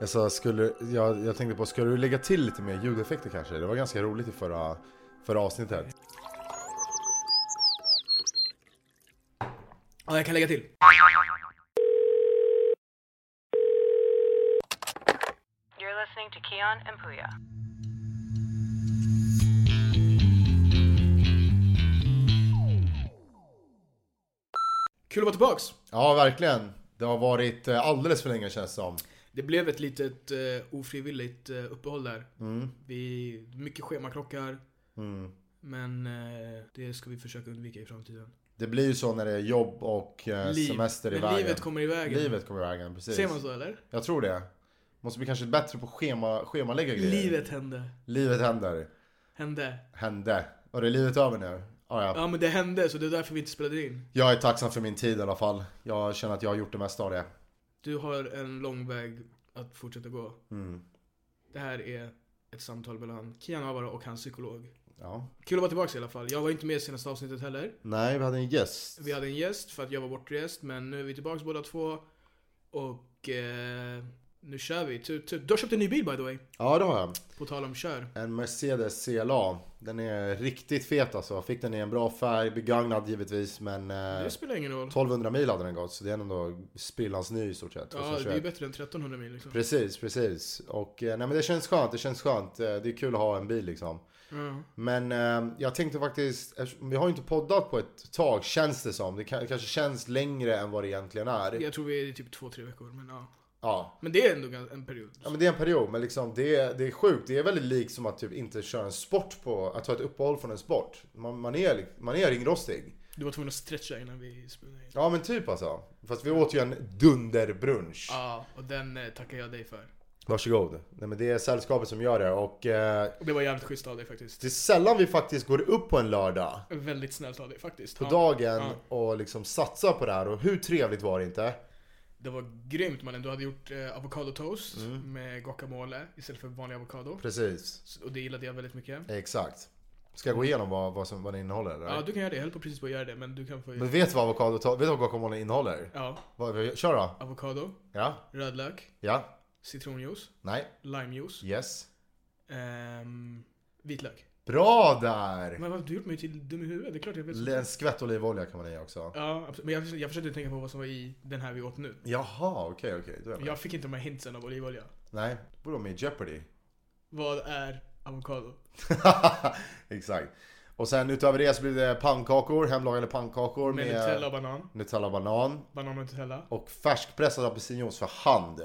Jag sa, skulle, jag, jag tänkte på, ska du lägga till lite mer ljudeffekter kanske? Det var ganska roligt i förra, förra avsnittet. Ja, jag kan lägga till. You're listening to Keon and Puya. Kul att vara tillbaks. Ja, verkligen. Det har varit eh, alldeles för länge känns det som. Det blev ett litet eh, ofrivilligt eh, uppehåll där. Mm. Vi, mycket schemakrockar. Men eh, det ska vi försöka undvika i framtiden. Det blir ju så när det är jobb och eh, Liv. semester i Men vägen. livet kommer i vägen. Livet kommer i vägen, precis. Ser man så eller? Jag tror det. Måste bli kanske bättre på schema, schemalägga grejer. Livet hände. Livet händer. Hände. Hände. Var det livet över nu? Ah, ja. Ja men det hände så det är därför vi inte spelade in. Jag är tacksam för min tid i alla fall. Jag känner att jag har gjort det mesta av det. Du har en lång väg att fortsätta gå. Mm, Det här är ett samtal mellan Kian Avara och hans psykolog. Ja. Kul att vara tillbaka i alla fall. Jag var inte med i senaste avsnittet heller. Nej, vi hade en gäst. Vi hade en gäst för att jag var bortrest men nu är vi tillbaka båda två. Och eh, nu kör vi. Typ, typ. Du har köpt en ny bil by the way. Ja, det har jag. På tal om kör. En Mercedes CLA. Den är riktigt fet alltså. Jag Fick den i en bra färg, begagnad givetvis men... Eh, Det spelar ingen roll. 1200 mil hade den gått så det är ändå sprillans ny i stort sett. Ja, det är ju 2021. bättre än 1300 mil liksom. Precis, precis. Och eh, nej men det känns skönt, det känns skönt. Eh, Det är kul att ha en bil liksom. Ja. Men eh, jag tänkte faktiskt, eftersom- vi har ju inte poddat på ett tag känns det som. Det ka- kanske känns längre än vad det egentligen är. Jag tror vi är i typ 2-3 veckor men ja. Ja. Men det är ändå gan- en period. Ja men det är en period, men liksom det, är- det är sjukt. Det är väldigt likt som att typ inte köra en sport på, att ta ett uppehåll från en sport. Man, man, är, li- man är ringrostig. Du var tvungen att stretcha innan vi spelade in. Ja men typ alltså. Fast vi åt ju en dunderbrunch. Ja, och den eh, tackar jag dig för. Varsågod. Nej men det är sällskapet som gör det och eh, Och det var jävligt schysst av dig faktiskt. det är sällan vi faktiskt går upp på en lördag Väldigt snällt av dig faktiskt. på Ja. dagen Ja. och liksom satsar på det här. Och hur trevligt var det inte? Det var grymt mannen. Du hade gjort eh, avokadotoast Mm. med guacamole istället för vanlig avokado. Precis. Så- Och det gillade jag väldigt mycket. Exakt. Ska jag gå igenom vad, vad, som, vad det innehåller eller? Ja, du kan göra det. Jag höll på precis på att göra det, men du kan få... Men vet du vad avokado, vet du vad guacamole innehåller? Ja, Vad- Kör då. avokado, Ja. rödlök, Ja. citronjuice, Nej. limejuice, Yes. ehm, vitlök. Bra där! Men vad du gjort mig till dum i huvudet? Det är klart jag vet. sånt. L- En skvätt olivolja kan man i också. Ja, absolut. men jag, försökte- jag försökte tänka på vad som var i den här vi åt nu. Jaha, okej, okej. Då är jag med. Jag fick inte de här hintsen av olivolja. Nej, borde vara med i Jeopardy. Vad är avokado? Exakt. Och sen utöver det så blir det pannkakor, hemlagade pannkakor Med med, Nutella och banan. Nutella och banan. Banan och Nutella. Och färskpressad apelsinjuice för hand.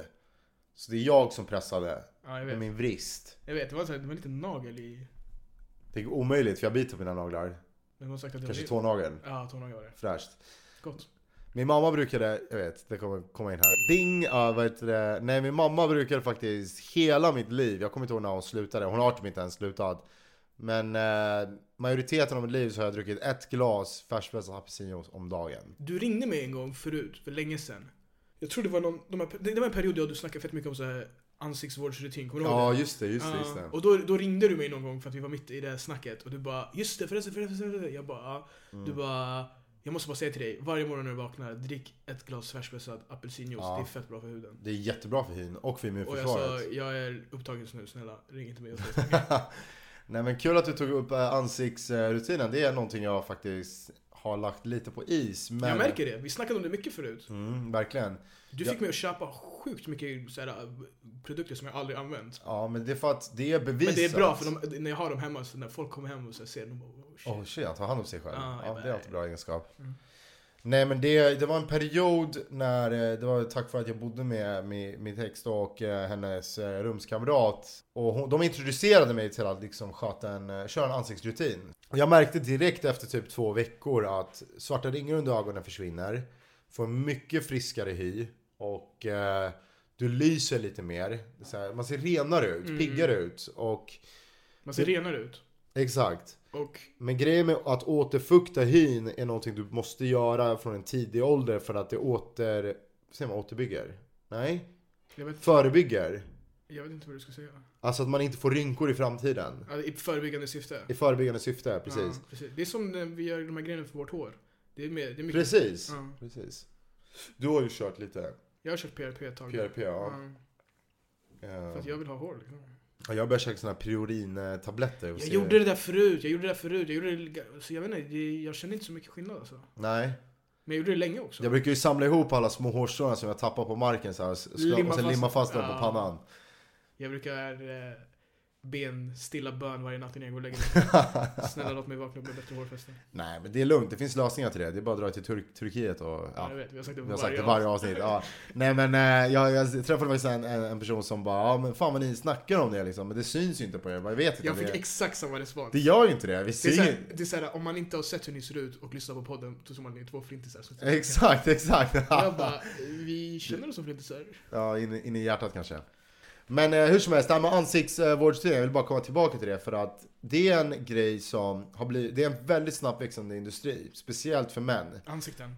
Så det är jag som pressade Ja, jag med vet. min vrist. Jag vet, det var, så här, det var lite nagel i... Det är omöjligt för jag biter på mina naglar. Vem har sagt att det Kanske var tånageln. det? Ja, tånagel var det. Fräscht. Gott. Min mamma brukade, jag vet, det kommer komma in här. Ding! Ja, vad heter det? Nej, min mamma brukade faktiskt hela mitt liv, jag kommer inte ihåg när hon slutade, hon har typ inte ens slutat. Men eh, majoriteten av mitt liv så har jag druckit ett glas färskpressad apelsinjuice om dagen. Du ringde mig en gång förut, för länge sedan. Jag tror det var någon, de här, det det var en period då du snackade fett mycket om så här ansiktsvårdsrutin, kommer du ihåg Ja, det? just det, just det, just Ja, det. och då, då ringde du mig någon gång för att vi var mitt i det här snacket och du bara 'Just det, förresten, förresten, förresten' Jag bara ja. Du Mm. bara 'Jag måste bara säga till dig, varje morgon när du vaknar, drick ett glas färskpressad apelsinjuice, Ja. det är fett bra för huden' Det är jättebra för hyn och för Och jag sa, immunförsvaret. jag är upptagen just nu, snälla ring inte mig och säg så." Nej men kul att du tog upp eh, ansiktsrutinen, det är någonting jag faktiskt har lagt lite på is. Men... Jag märker det, vi snackade om det mycket förut Mm, verkligen. Du Ja. fick mig att köpa sjukt mycket så här, produkter som jag aldrig använt Ja men det är för att det är bevisat. Men det är bra för de, när jag har dem hemma, så när folk kommer hem och så ser de bara oh, shit. Åh shit, han tar hand om sig själv. Ja, ja, jag Mm. det är bara- alltid bra egenskap. Nej men det, det var en period när, eh, det var tack vare att jag bodde med, med mitt ex då och eh, hennes eh, rumskamrat. Och hon, de introducerade mig till att liksom sköta en, eh, köra en ansiktsrutin. Och jag märkte direkt efter typ två veckor att svarta ringar under ögonen försvinner. Får mycket friskare hy. Och eh, du lyser lite mer. Så här, man ser renare ut, Mm. piggare ut. Och Man ser renare ut exakt. och Men grejen med att återfukta hyn är någonting du måste göra från en tidig ålder för att det åter... Säger man återbygger? Nej? jag vet, Förebygger. jag vet inte vad du ska säga Alltså att man inte får rynkor i framtiden. Ja, I förebyggande syfte I förebyggande syfte, precis. Ja, precis. Det är som när vi gör de här grejerna för vårt hår Det är, mer, det är mycket Precis. Ja. precis. Du har ju kört lite Jag har kört PRP ett tag PRP, ja. Ja. För att jag vill ha hår liksom. Ja, Jag börjar käka såna här priorin-tabletter. och Jag se- gjorde det där förut, jag gjorde det där förut, jag gjorde det, så jag vet inte, det, jag känner inte så mycket skillnad alltså. Nej. Men jag gjorde det länge också. Jag brukar ju samla ihop alla små hårstrån som jag tappar på marken så här, och ska, Limma och sen fast- limma fast dem ja. på pannan. Jag brukar eh, be en stilla bön varje natt innan jag går och lägger mig. Snälla låt mig vakna upp med bättre hårfäste. Nej, men det är lugnt. Det finns lösningar till det. Det är bara att dra till Turk- Turkiet och... Ja. Ja. Jag vet, vi har sagt det Jag har på sagt varje det varje varje avsnitt. Ja. Nej men eh, jag, jag träffade faktiskt en, en, en person som bara ja men fan vad ni snackar om det liksom. Men det syns ju inte på er. Jag bara, Jag vet inte. Jag fick det, exakt samma respons. det gör ju inte det. Vi Det är, ser ju... såhär, det är såhär, om man inte har sett hur ni ser ut och lyssnar på podden, då tror man att ni är två flintisar. Så Exakt, exakt. jag bara, vi känner oss som flintisar. Ja, in, i- in i hjärtat kanske. Men eh, hur som helst, det här med ansiktsvårdstidningar, jag vill bara komma tillbaka till det för att det är en grej som har blivit, det är en väldigt snabbt växande industri, speciellt för män. Ansikten.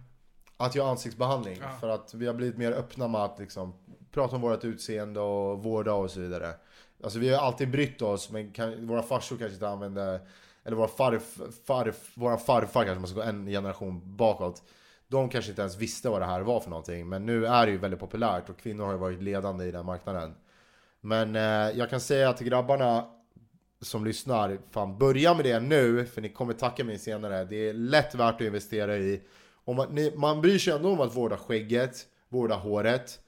Att göra ansiktsbehandling, Ja. för att vi har blivit mer öppna med att liksom, prata om vårt utseende och vårda och så vidare. Alltså vi har alltid brytt oss, men kan, våra farsor kanske inte använde, eller våra farf, farf, våra farfar kanske, om man ska gå en generation bakåt. De kanske inte ens visste vad det här var för någonting, men nu är det ju väldigt populärt och kvinnor har ju varit ledande i den marknaden. Men eh, jag kan säga till grabbarna som lyssnar, fan börja med det nu, för ni kommer tacka mig senare. Det är lätt värt att investera i. Om man, ni, man bryr sig ändå om att vårda skägget, vårda håret,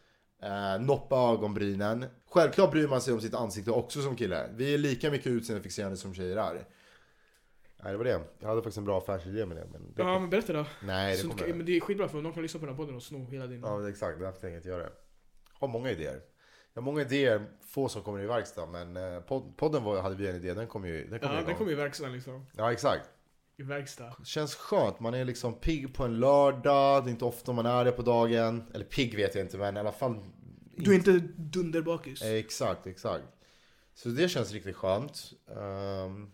eh, noppa ögonbrynen. Självklart bryr man sig om sitt ansikte också som kille. Vi är lika mycket utseendefixerade som tjejer är. Nej, det var det. Jag hade faktiskt en bra affärsidé med det, men det, Ja men berätta då. nej, det så, kommer det, men det är skitbra för någon kan lyssna på den här podden och sno hela din... Ja, men exakt. Därför tänker jag inte göra det. Har många idéer. Jag har många idéer, få som kommer i verkstad. Men eh, pod- podden var, hade vi en idé, den kom ju den kom Ja, ju den igång. kommer i verkstaden liksom. Ja, exakt. I verkstad. Känns skönt, man är liksom pigg på en lördag. Det är inte ofta man är det på dagen. Eller pigg vet jag inte, men i alla fall... Du är inte dunderbakis. Eh, Exakt, exakt. Så det känns riktigt skönt. Ehm,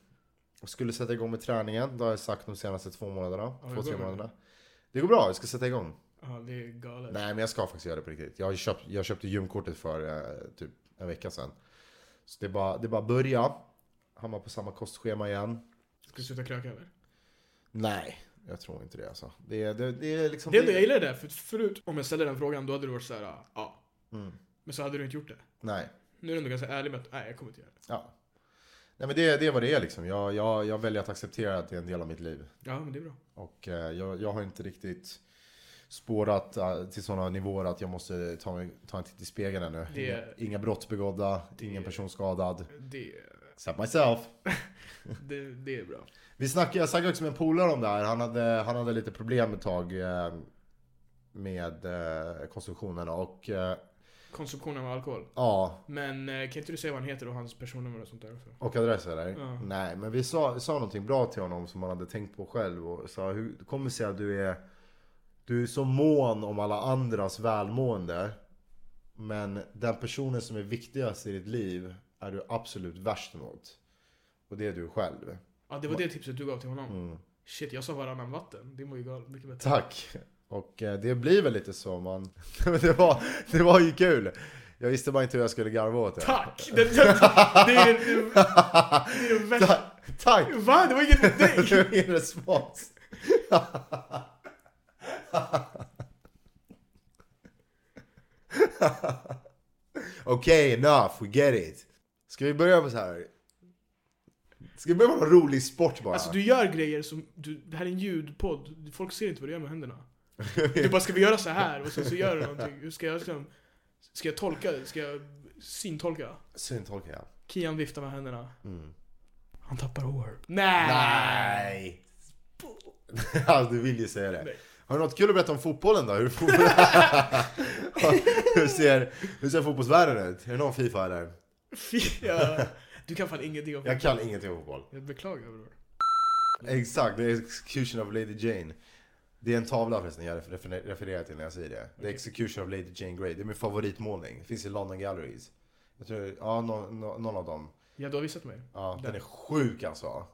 jag skulle sätta igång med träningen, det har jag sagt de senaste två månaderna. Ja, två, hur går tre det? månaderna. Det går bra, jag ska sätta igång. Ja, det är galet. Nej men jag ska faktiskt göra det på riktigt. Jag, har ju köpt, jag köpte gymkortet för eh, typ en vecka sedan. Så det är bara, det är bara att börja. Hamna på samma kostschema igen. Ska du sluta kröka eller? Nej, jag tror inte det alltså. Det, är- det, det är liksom... Det enda jag gillar är det, för förut om jag ställde den frågan då hade du varit såhär, ja. Mm. Men så hade du inte gjort det. Nej. Nu är du ändå ganska ärlig med att, nej jag kommer inte göra det. Ja. Nej men det, det är vad det är liksom. Jag, jag, jag väljer att acceptera att det är en del av mitt liv. Ja men det är bra. Och eh, jag, jag har inte riktigt spårat eh, till sådana nivåer att jag måste ta, mig- ta en titt i spegeln ännu. Det- Inga, inga brott begådda, Det- ingen person skadad. Det, Except myself. det, det är bra. Vi snackade, jag snackade också med en polare om det här. Han hade, han hade lite problem ett tag eh, med eh, konstruktionerna och eh, Konsumtionen av alkohol. ja, Men eh, kan inte du säga vad han heter och hans personnummer och sånt där också? och adress eller? Ja. Nej, men vi sa, sa någonting bra till honom som han hade tänkt på själv och sa hur det kommer det sig att du är du är så mån om alla andras välmående men den personen som är viktigast i ditt liv är du absolut värst mot. Och det är du själv. Ja det var det tipset du gav till honom. Mm. Shit jag sa varannan vatten. Det var ju galet mycket bättre. Tack! Och eh, det blir väl lite så man... Men det, var, det var ju kul! Jag visste bara inte hur jag skulle garva åt det. Tack! Det, det, det, är, det, är det värsta. Ta- Tack! Va? Det var inget med Det dig! var min respons. Okej, enough, we get it. Ska vi börja med så här? Ska vi börja med en rolig sport bara? Alltså du gör grejer som, du, det här är en ljudpodd, folk ser inte vad du gör med händerna. Du bara, ska vi göra så här? Och sen så gör du någonting. Hur ska jag liksom, ska jag tolka det? Ska jag syntolka? Syntolkar jag. Kian viftar med händerna. Mm. Han tappar hår. Nej! Nej! Ja, du vill ju säga det. Nej. Har du något kul att berätta om fotbollen då? Hur, fotboll... hur, ser, hur ser fotbollsvärlden ut? Är det någon Fifa eller? Fy, ja. Du kan fan ingenting om Jag kan ingenting om fotboll. Jag beklagar bror. Exakt, det är Execution of Lady Jane. Det är en tavla förresten jag refer- refererar till när jag säger det. The Okej. Execution of Lady Jane Grey. Det är min favoritmålning. Finns i London Galleries. Jag tror, ja, nå- nå- någon av dem. Ja, du har visat mig. Ja, den är sjuk alltså.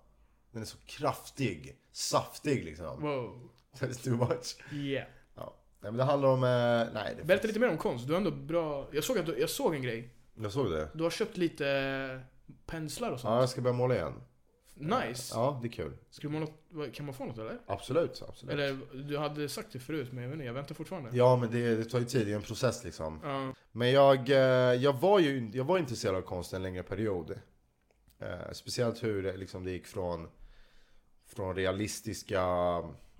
Den är så kraftig, saftig liksom. Wow. That's too much. Yeah. Ja. Nej men det handlar om... eh, Nej, det Berätta lite mer om konst. Du har ändå bra... Jag såg, att du... jag såg en grej. Jag såg det. Du har köpt lite eh, penslar och sånt. Ja, jag ska börja måla igen. Nice. Ja, det är kul. Ska du måla... vad- Kan man få något eller? Absolut, absolut. Eller du hade sagt det förut men jag vet inte, jag väntar fortfarande. Ja, men det, det tar ju tid. Det är en process liksom. Ja. Men jag, eh, jag var ju jag var intresserad av konst en längre period. Eh, Speciellt hur det, liksom, det gick från, från realistiska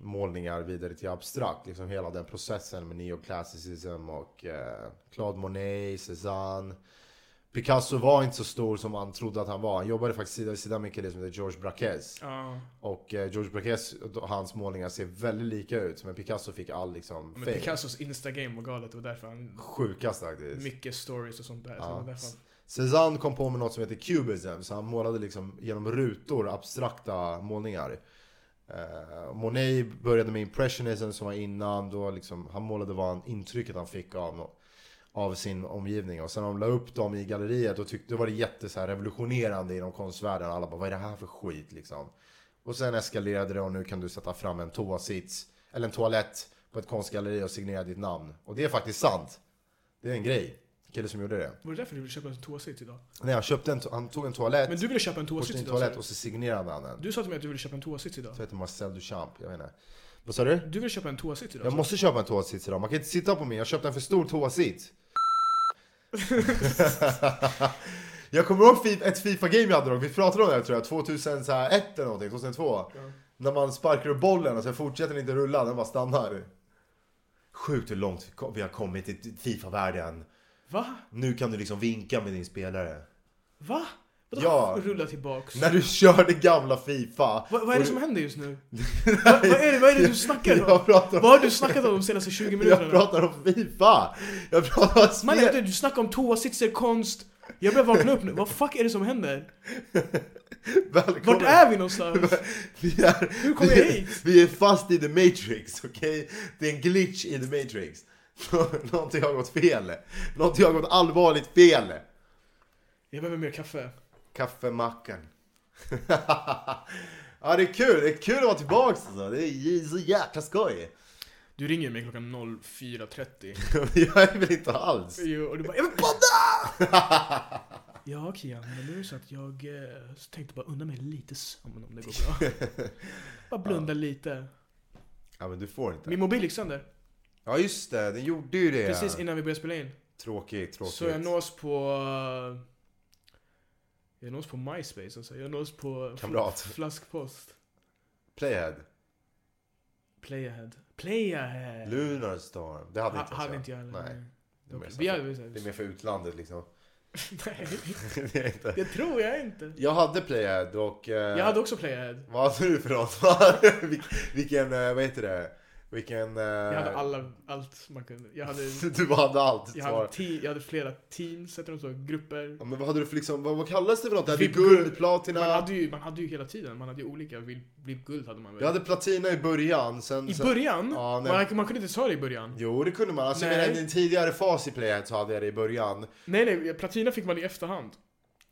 målningar vidare till abstrakt. Liksom hela den processen med neoklassicism och eh, Claude Monet, Cézanne. Picasso var inte så stor som man trodde att han var. Han jobbade faktiskt sida vid sida med en kille som heter George Braquez. Ja. Och eh, George Braquez, hans målningar ser väldigt lika ut. Men Picasso fick all liksom Men fame. Picassos Instagram var galet, det var därför han... Sjukast faktiskt. Mycket stories och sånt där. Så det var Ja. därför han, Cézanne kom på med något som heter cubism, så han målade liksom genom rutor abstrakta målningar. Eh, Monet började med impressionism som var innan, då liksom, han målade vad han, intrycket han fick av, nå- av sin omgivning. Och sen när de la upp dem i galleriet, då, tyckte, då var det jätte så här revolutionerande inom konstvärlden. Alla bara, vad är det här för skit liksom? Och sen eskalerade det och nu kan du sätta fram en toasits, eller en toalett på ett konstgalleri och signera ditt namn. Och det är faktiskt sant. Det är en grej. Kille som gjorde det. var det därför du ville köpa en toasits idag? Nej, han, köpte en, to- han tog en toalett, Men du ville köpa en toasits idag? porslinstoalett sa och så signerade han du. den. Du sa till mig att du ville köpa en toasits idag. Så heter Marcel Duchamp, jag vet inte. Vad sa du? Du ville köpa en toasits idag? Jag sa måste köpa en toasits idag, man kan inte sitta på mig. Jag köpte en för stor toasits. jag kommer ihåg fi- ett FIFA-game jag hade dock, vi pratade om det här, tror jag, 2001 eller någonting, 2002. du. Ja. När man sparkar upp bollen och sen fortsätter den inte rulla, den bara stannar. Sjukt hur långt vi kom- vi har kommit i FIFA-världen. Va? Nu kan du liksom vinka med din spelare. Va? Vadå? Ja. Rulla tillbaks? När du kör det gamla FIFA. Va, vad är och det du- som händer just nu? Va, vad, är det, vad är det du snackar om? Jag pratar om, Vad har du snackat om de senaste 20 jag minuterna? pratar om Fifa! Jag pratar om Man, spel! du, du snackar om toasitser, konst. Jag börjar vakna upp nu. Vad fuck är det som händer? Välkommen! Vart är vi någonstans? Vi är, Hur kom vi, jag hit? Vi är fast i the matrix, okej? Det är en glitch i the matrix. Någonting har gått fel. Någonting har gått allvarligt fel. Jag behöver mer kaffe. Kaffemackan. ja, det är kul. Det är kul att vara tillbaks alltså. Det är så jäkla skoj. Du ringer mig klockan 04.30. Jag är väl inte alls. Jo, Och du bara 'Jag vill podda!' Ja Kian, men nu är det så att jag eh, så tänkte bara unna mig lite sömn om det går bra. Bara blunda lite. Ja, men du får inte. Min mobil gick sönder. Ja, just det. Den gjorde ju det. Precis innan vi började spela in. Tråkigt, tråkigt. Så jag nås på... eh, Jag nås på MySpace alltså. Jag nås på... fl- Kamrat. Flaskpost. Playhead. Playahead. Playahead! Lunar Storm. Det hade Ha, inte ens hade inte jag heller. Nej. Nej. Det är, mer Vi så hade här, väl så här- det är mer för utlandet liksom. Nej, det är inte. det tror jag inte. Jag hade Playhead och... Eh, Jag hade också Playahead. Vad hade du för något? Vil- Vilken, eh, vad heter det? Vilken... Eh, Jag hade alla, allt man kunde. Jag hade, du hade allt. jag svar. hade, te, jag hade flera teams, heter de så? Grupper. Ja, men vad hade du för liksom, vad, vad kallas det för något? Jag hade VIP guld, guld. platina. Man hade, ju, man hade ju hela tiden, man hade ju olika. VIP-guld hade man väl? Jag hade platina i början, sen... I sen- början? Ja, nej. man, man kunde inte ta det i början. Jo, det kunde man. Alltså, Nej. men i en tidigare fas i Playhead så hade jag det i början. Nej, nej, platina fick man i efterhand.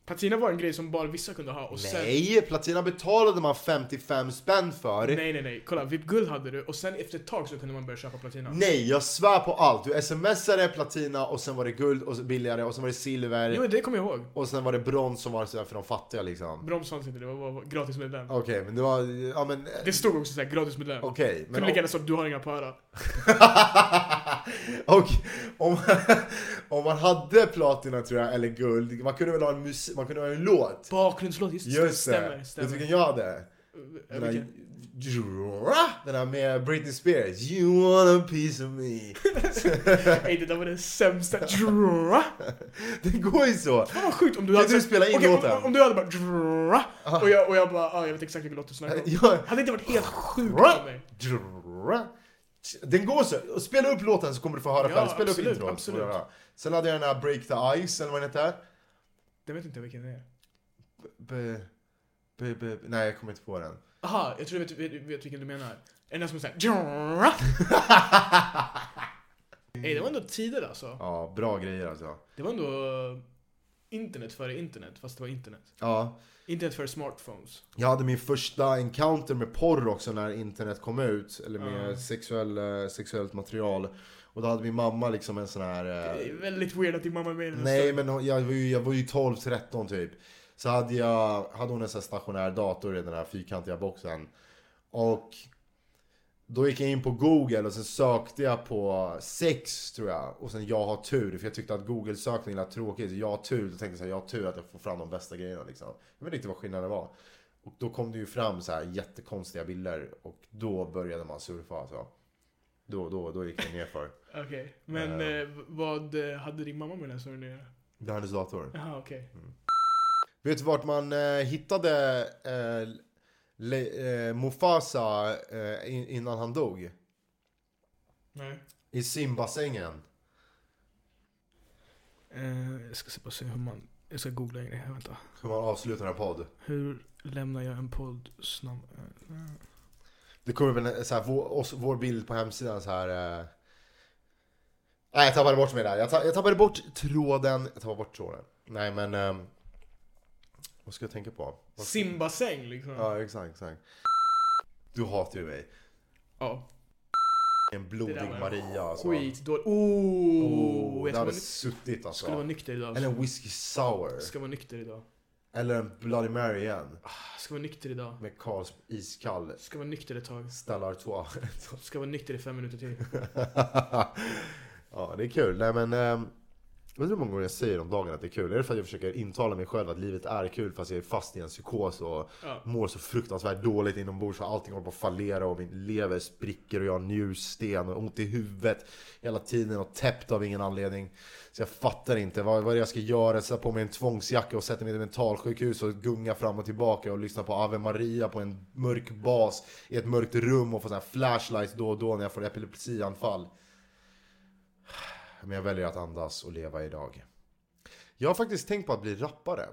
Platina var en grej som bara vissa kunde ha och sen... Nej, platina betalade man 55 spänn för. Nej, nej, nej. Kolla, VIP-guld hade du och sen efter ett tag så kunde man börja köpa platina. Nej, jag svär på allt. Du smsade platina och sen var det guld och så billigare och sen var det silver Jo, det kommer jag ihåg. och sen var det brons som var sådär för de fattiga liksom. Broms fanns inte, det var bara gratis medlem. Okej, men det var... Ja men... eh, Det stod också såhär, gratis medlem. Okej, Kunde men... lika gärna stått du har inga para. och om, om man hade platina tror jag, eller guld, man kunde väl ha en musik, man kunde ha en låt? Bakgrundslåt, just, Just det. Stämmer, Vet du stämmer. vilken jag hade? Eh, Den här, vilken? den här med Britney Spears. You want a piece of me. Ey, det där var den sämsta. Drrra. Det går ju så. Fan vad sjukt om du Kan hade... inte du spela in Okej, om- låten? Om, om du hade bara... Drrra. Ah. Och jag, och jag bara, ah, jag vet exakt vilken låt du snackar om. Jag, Hade det inte varit helt sjukt av mig? Den går så. Spela upp låten så kommer du få höra Ja, själv. Spela absolut, upp introt. så får du absolut. höra. Sen hade jag den här Break the Ice eller vad den hette. Det vet inte jag vilken det är. B- b- b- Nej, jag kommer inte på den. Aha, jag tror jag vet, vet, vet vilken du menar. Är den som är såhär... Drrra. Ey, det var ändå tider alltså. Ja, bra grejer alltså. Det var ändå eh, internet före internet, fast det var internet. Ja, Internet före smartphones. jag hade min första encounter med porr också när internet kom ut. Eller med Ja. sexuell, eh, sexuellt material. Och då hade min mamma liksom en sån här... eh, Det är väldigt weird att din mamma är med i den här Nej storyn. men hon- jag var ju, jag var ju 12-13 typ. Så hade, jag, hade hon en sån här stationär dator i den här fyrkantiga boxen. Och Då gick jag in på Google och sen sökte jag på sex tror jag. Och sen jag har tur. För jag tyckte att Google-sökningen lät tråkigt. Så Jag har tur. Då tänkte jag så här, jag har tur att jag får fram de bästa grejerna liksom. Jag vet inte vad skillnaden var. Och då kom det ju fram så här jättekonstiga bilder. Och då började man surfa så. Då, då, då gick det ner för. Okej, men Ja. eh, vad eh, hade din mamma med den storyn att göra? Johannes dator. Jaha, okej. Vet du vart man eh, hittade eh, Le, eh, Mufasa eh, in, innan han dog? Nej. I simbassängen. Eh, jag ska se bara se hur man... Jag ska googla en grej här, vänta. Hur man avslutar en podd. Hur lämnar jag en podd eh, snabb... Det kommer upp en så här, vår, oss, vår bild på hemsidan så här. Eh... Nej, jag tappade bort mig där. Jag, ta, jag tappade bort tråden. Jag tappade bort tråden. Nej, men... ehm, Vad ska jag tänka på? Vad- Simbassäng liksom. Ja. Ja, exakt, exakt. Du hatar ju mig. En Det där blodig var Maria alltså. Skitdålig. Oh, Oh, jag det ska hade vara, nyk- suttit alltså. skulle vara nykter idag. Eller en whisky sour. Ska vara nykter idag. Eller en Bloody Mary igen. Ska vara nykter idag. Med Karls iskall Ska vara nykter ett tag. Stella Artois. Ska vara nykter i fem minuter till. ja, det är kul. Nej men... ehm, Jag vet inte hur många gånger jag säger om dagen att det är kul. Är det för att jag försöker intala mig själv att livet är kul fast jag är fast i en psykos och Ja. mår så fruktansvärt dåligt inombords så allting håller på att fallera och min lever spricker och jag har njursten och ont i huvudet hela tiden och täppt av ingen anledning. Så jag fattar inte vad, vad är det jag ska göra. Sätta på mig en tvångsjacka och sätta mig i ett mentalsjukhus och gunga fram och tillbaka och lyssna på Ave Maria på en mörk bas i ett mörkt rum och få sådana här flashlights då och då när jag får epilepsianfall. Men jag väljer att andas och leva idag. Jag har faktiskt tänkt på att bli rappare.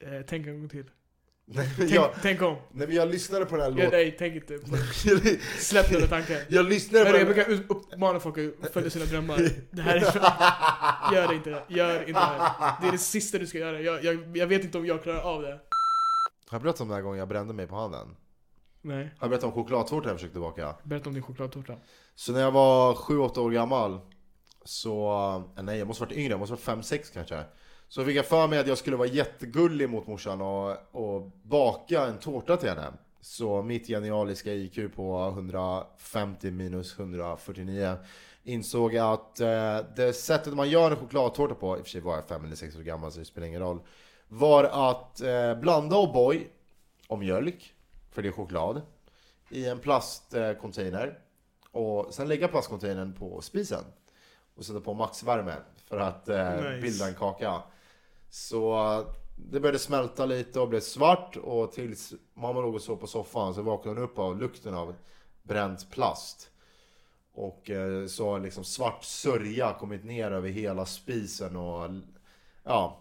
Eh, tänk en gång till. Nej, men Tänk, jag, tänk om. nej, men jag lyssnade på den här Ja, låten. nej, tänk inte. Släpp den tanken. Jag lyssnade på Men jag den. brukar ut- uppmana folk att följa sina drömmar. Det här är Gör inte det. Gör inte det. här. Det är det sista du ska göra. Jag, jag, jag vet inte om jag klarar av det. Har jag berättat om den här gången jag brände mig på handen? Nej. Har jag berättat om chokladtårtan jag försökte baka? Berätta om din chokladtårta. Så när jag var 7-8 år gammal Så, eh, nej jag måste varit yngre, jag måste varit 5-6 kanske Så fick jag för mig att jag skulle vara jättegullig mot morsan och, och baka en tårta till henne Så mitt genialiska IQ på 150 minus 149 Insåg att eh, det sättet man gör en chokladtårta på, i och för sig var jag 5 eller 6 år gammal så det spelar ingen roll Var att eh, blanda O'boy och mjölk, för det är choklad I en plastcontainer och sen lägga plastcontainern på spisen och sätta på maxvärme för att eh, Nice. bilda en kaka. Så eh, det började smälta lite och blev svart och tills mamma låg och sov på soffan så vaknade hon upp av lukten av bränt plast. Och eh, så har liksom svart sörja kommit ner över hela spisen och ja.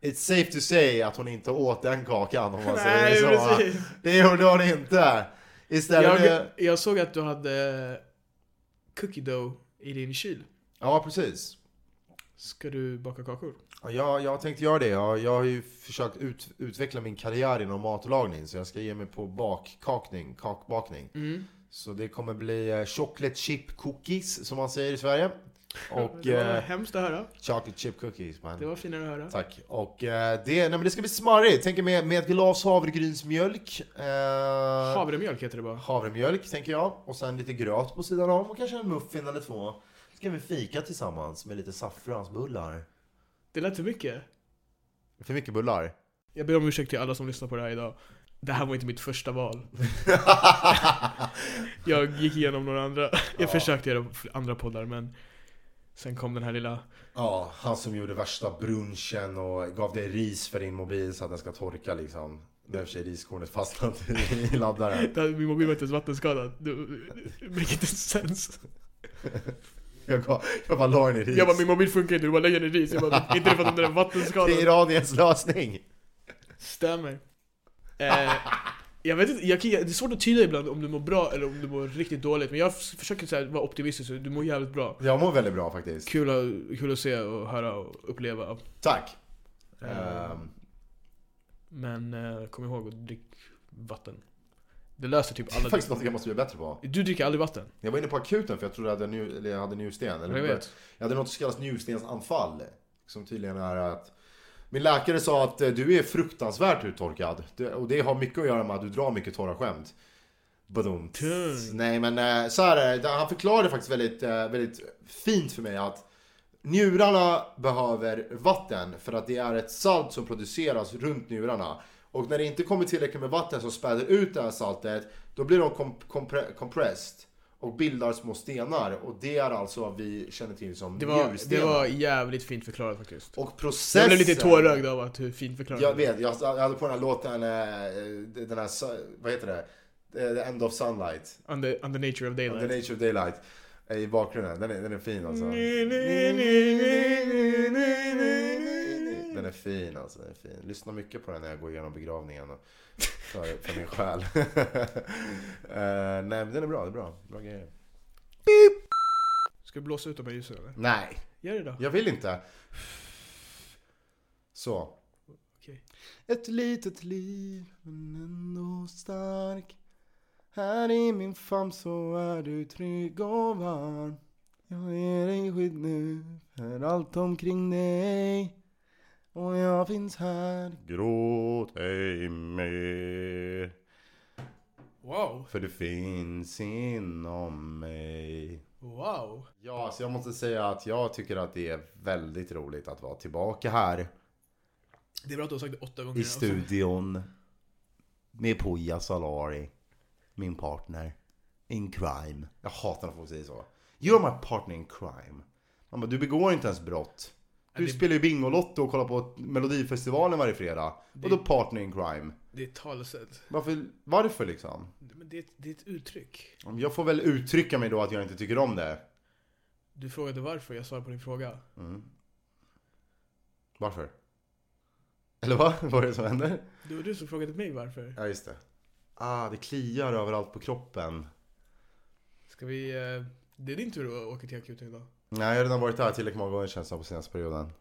It's safe to say att hon inte åt den kakan om man säger Nej, så. va? precis. Det gjorde hon inte. Istället... Jag, jag såg att du hade cookie dough i din kyl. Ja, precis. Ska du baka kakor? Ja, jag, jag tänkte göra det. Jag, jag har ju försökt ut, utveckla min karriär inom matlagning så jag ska ge mig på bakkakning, kakbakning. Mm. Så det kommer bli eh, chocolate chip cookies som man säger i Sverige. Och det var eh, hemskt att höra. chocolate chip cookies man. Det var finare att höra. Tack. Och eh, det, nej, men det ska bli smarrigt. Tänker med, med ett glas havregrynsmjölk. Eh, Havremjölk heter det bara. havremjölk tänker jag. Och sen lite gröt på sidan om och kanske en muffin eller två. Ska vi fika tillsammans med lite saffransbullar. Det lät för mycket. För mycket bullar. Jag ber om ursäkt till alla som lyssnar på det här idag. Det här var inte mitt första val. Jag gick igenom några andra. Jag Ja. försökte göra fl- andra poddar men sen kom den här lilla... Ja, han som gjorde värsta brunchen och gav dig ris för din mobil så att den ska torka liksom. Nu har i och för sig riskornet fastnat i laddaren. Det här, min mobil var inte ens vattenskadad. Det det make inte sens. Jag, gav, jag bara la den i ris. Jag bara min mobil funkar inte, du bara lägger den i ris. Jag bara, inte det för att den är vattenskadad. Det är radiens lösning. Stämmer. Eh, jag vet inte, jag kan, det är svårt att tyda ibland om du mår bra eller om du mår riktigt dåligt. Men jag f- försöker så här, vara optimistisk, så du mår jävligt bra. Jag mår väldigt bra faktiskt. Kul, att- kul att se och höra och uppleva. Tack. Eh, Ehm, Men eh, kom ihåg att drick vatten. Det löser typ det är alla... faktiskt något jag måste bli bättre på. Du dricker aldrig vatten? Jag var inne på akuten för jag trodde jag hade, nju, eller jag hade njursten. Eller Jag vet. Jag hade något som kallas njurstensanfall. Som tydligen är att... Min läkare sa att eh, du är fruktansvärt uttorkad. Det- Och det har mycket att göra med att du drar mycket torra skämt. Badum. Tung. Nej men eh, så här är det. han förklarade faktiskt väldigt, eh, väldigt fint för mig att njurarna behöver vatten för att det är ett salt som produceras runt njurarna. Och när det inte kommer tillräckligt med vatten som späder ut det här saltet, då blir de kom- kompre- compressed och bildar små stenar. Och det är alltså vad vi känner till som Det var, njurstenar. det var jävligt fint förklarat faktiskt. Och Jag processen... blev lite tårögd av att hur fint förklarat Jag det var. vet, jag jag hade på den här låten, eh, den här, su- vad heter det? Eh, The End of Sunlight. On the, on the nature of The daylight. Nature of Daylight eh, i bakgrunden. Den är, den är fin alltså. Den är fin alltså. Den är fin. Lyssnar mycket på den när jag går igenom begravningen. och- För, för min själ. Eh, nej men den är bra, det är bra. Bra grejer. Ska du blåsa ut de här ljusen eller? Nej, Gör det då. jag vill inte. Så. Okej. Ett litet liv men ändå stark Här i min famn så är du trygg och varm Jag ger dig skydd nu för allt omkring dig Och jag finns här Gråt ej mer Wow. För du finns inom mig Wow. Ja, så jag måste säga att jag tycker att det är väldigt roligt att vara tillbaka här Det är bra att du har sagt det åtta gånger. I studion med Pooja Salari, min partner in crime. Jag hatar när folk säger så. You're my partner in crime. Man bara, du begår inte ens brott. Du det- spelar ju Bingolotto och kollar på Melodifestivalen varje fredag. Och då partner in crime. Det är ett talesätt. Varför, varför liksom? Men det, är ett- det är ett uttryck. Jag får väl uttrycka mig då att jag inte tycker om det. Du frågade varför, jag svarade på din fråga. Varför? Eller vad? Vad är det som händer? Det var du som frågade mig varför. Ja, just det. Ah, det kliar överallt på kroppen. Ska vi... eh, Det är din tur att åka till akuten idag. Nej, jag har redan varit där tillräckligt många gånger känns det som på senaste perioden.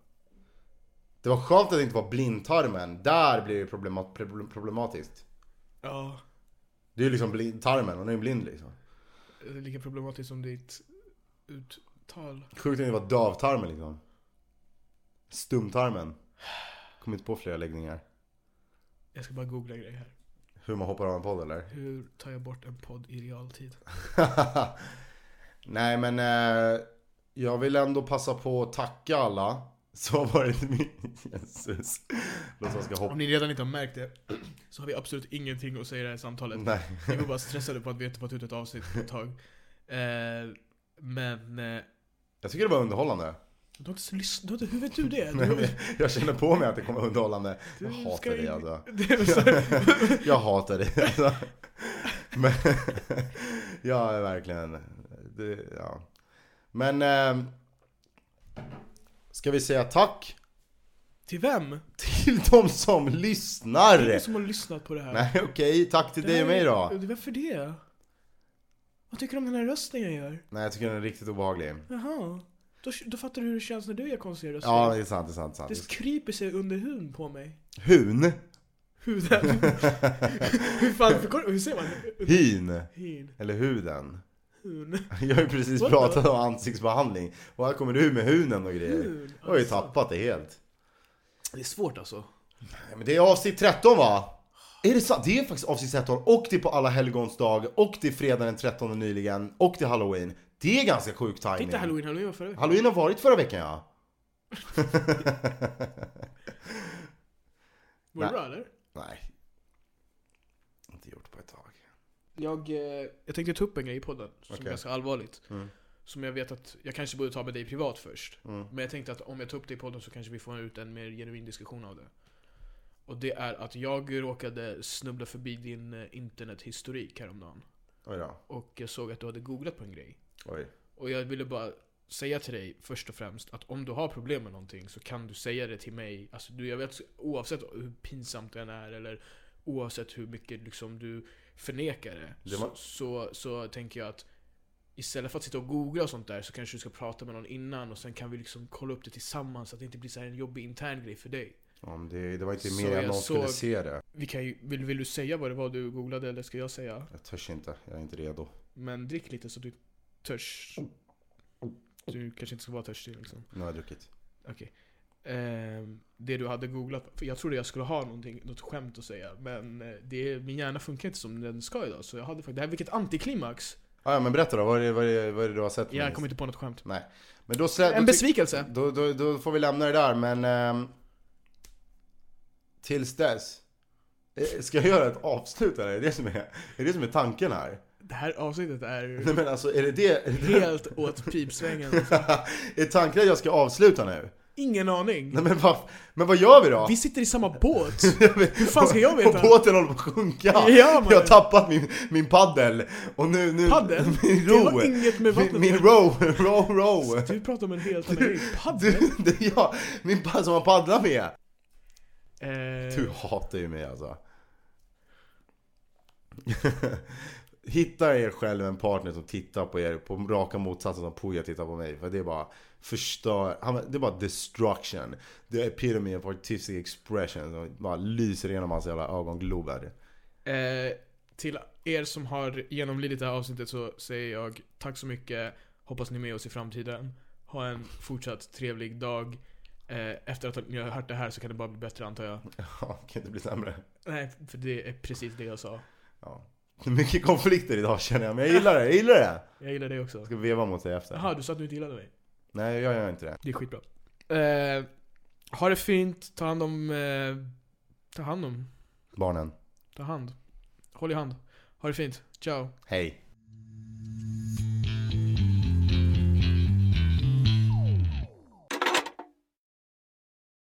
Det var skönt att det inte var blindtarmen. Där blir det problemat- problem- problematiskt. Ja. Det är ju liksom blindtarmen, hon är ju blind liksom. Det är lika problematiskt som ditt uttal. Sjukt att det var dövtarmen liksom. Stumtarmen. Kom inte på flera läggningar. Jag ska bara googla grejer här. Hur man hoppar av en podd eller? Hur tar jag bort en podd i realtid? Nej men eh, jag vill ändå passa på att tacka alla. Så har varit min... Jesus. Låt oss ska hoppa. Om ni redan inte har märkt det så har vi absolut ingenting att säga i det här samtalet. Nej. Vi var bara stressade på att vi inte fått ut ett avsnitt på ett tag. Eh, men... Eh, Jag tycker det var underhållande. du har inte så lyssn- du har inte- hur vet du det? Du, Nej, har- men jag känner på mig att det kommer vara underhållande. du Jag ska hatar in- dig alltså. Det är så- Jag hatar dig alltså. Men, ja, verkligen. Det, ja. Men, ehm, ska vi säga tack till vem? till de som lyssnar? Vem som har lyssnat på det här? Nej, okej. Tack till Det dig här och mig då. är- Varför det? Vad tycker du om den här rösten jag gör? Nej, jag tycker den är riktigt obehaglig. Jaha. Då, då fattar du hur det känns när du gör konstiga röster. Ja, det är sant, det är sant. Det är det sant. kryper sig under huden på mig. Hun. Huden. hur fan förkortar Hur säger man? Hin. Hyn. Eller huden. Hun. Jag har ju precis What pratat om ansiktsbehandling. Och här kommer du med hunen och grejer. Hun, Jag har ju alltså. tappat det helt. Det är svårt alltså. Ja, men det är avsnitt 13 va? Är det sant? Det är faktiskt avsnitt 13 och det är på alla helgons dag och det är fredag den 13 nyligen och det är halloween. Det är ganska sjuk Det är tajming. inte halloween, halloween var förra veckan. Halloween har varit förra veckan ja. Var Nej. det bra eller? Nej. Inte gjort på ett tag. Jag, eh, jag tänkte ta upp en grej i podden som Okej. är ganska allvarligt. Mm. Som jag vet att jag kanske borde ta med dig privat först. Mm. Men jag tänkte att om jag tar upp det i podden så kanske vi får ut en mer genuin diskussion av det. Och det är att jag råkade snubbla förbi din eh, internethistorik häromdagen. Oj då. Och jag såg att du hade googlat på en grej. Oj. Och jag ville bara säga till dig först och främst att om du har problem med någonting så kan du säga det till mig. Alltså du, jag vet oavsett hur pinsamt det än är eller oavsett hur mycket liksom du förnekar det. Det var- så, så, så tänker jag att istället för att sitta och googla och sånt där så kanske du ska prata med någon innan och sen kan vi liksom kolla upp det tillsammans så att det inte blir så här en jobbig intern grej för dig. Ja, men det, det var inte Så mer än jag någon skulle såg- se det. Vi kan ju, vill, vill du säga vad det var du googlade eller ska jag säga? Jag törs inte. Jag är inte redo. Men drick lite så du törs. Du kanske inte ska vara törstig liksom. Nu har jag druckit. Okej. ehm, det du hade googlat. För jag trodde jag skulle ha någonting, något skämt att säga. Men eh, det, min hjärna funkar inte som den ska idag. Så jag hade faktiskt, det här vilket antiklimax. Ah, ja men berätta då, vad är det, vad är det, vad är det du har sett? Jag minst? kom inte på något skämt. Nej. Men då, slä, En då, tyck- besvikelse. då, då, då får vi lämna det där men... ehm, tills dess. Eh, Ska jag göra ett avslut eller? Är det det som är, är, det som är tanken här? Det här avsnittet är Nej men alltså är det det? Är, det, helt åt pipsvängen. är tanken att jag ska avsluta nu? Ingen aning. Nej men vad, men vad gör vi då? Vi sitter i samma båt. Hur fan ska jag Och veta? båten håller på att sjunka! Ja, man. jag har tappat min, min paddel! Och nu... nu Paddel? Min Det ro! har inget med Min, vattnet min row, row, row! Du pratar om en helt annan grej. Paddel? Du, det är jag! Min pad som man paddlar med! Eh, Du hatar ju mig alltså. Hitta er själv en partner som tittar på er på raka motsatsen som Pooja tittar på mig. För det är bara förstör, han- det är bara destruction. Det är epitome of artistic expression som bara lyser igenom hans jävla ögonglober. Eh, till er som har genomlidit det här avsnittet så säger jag tack så mycket. Hoppas ni är med oss i framtiden. Ha en fortsatt trevlig dag. Eh, efter att ni har hört det här så kan det bara bli bättre antar jag. Ja, kan inte bli sämre. Nej, för det är precis det jag sa. Ja. Mycket konflikter idag känner jag, men jag gillar det, jag gillar det! Jag gillar det också. Jag ska veva mot dig efter. Jaha, du sa att du inte gillade mig. Nej, jag gör inte det. Det är skitbra. Eh, ha det fint. Ta hand om... Eh, ta hand om. Barnen, Ta hand. Håll i hand. Ha det fint. Ciao. hej!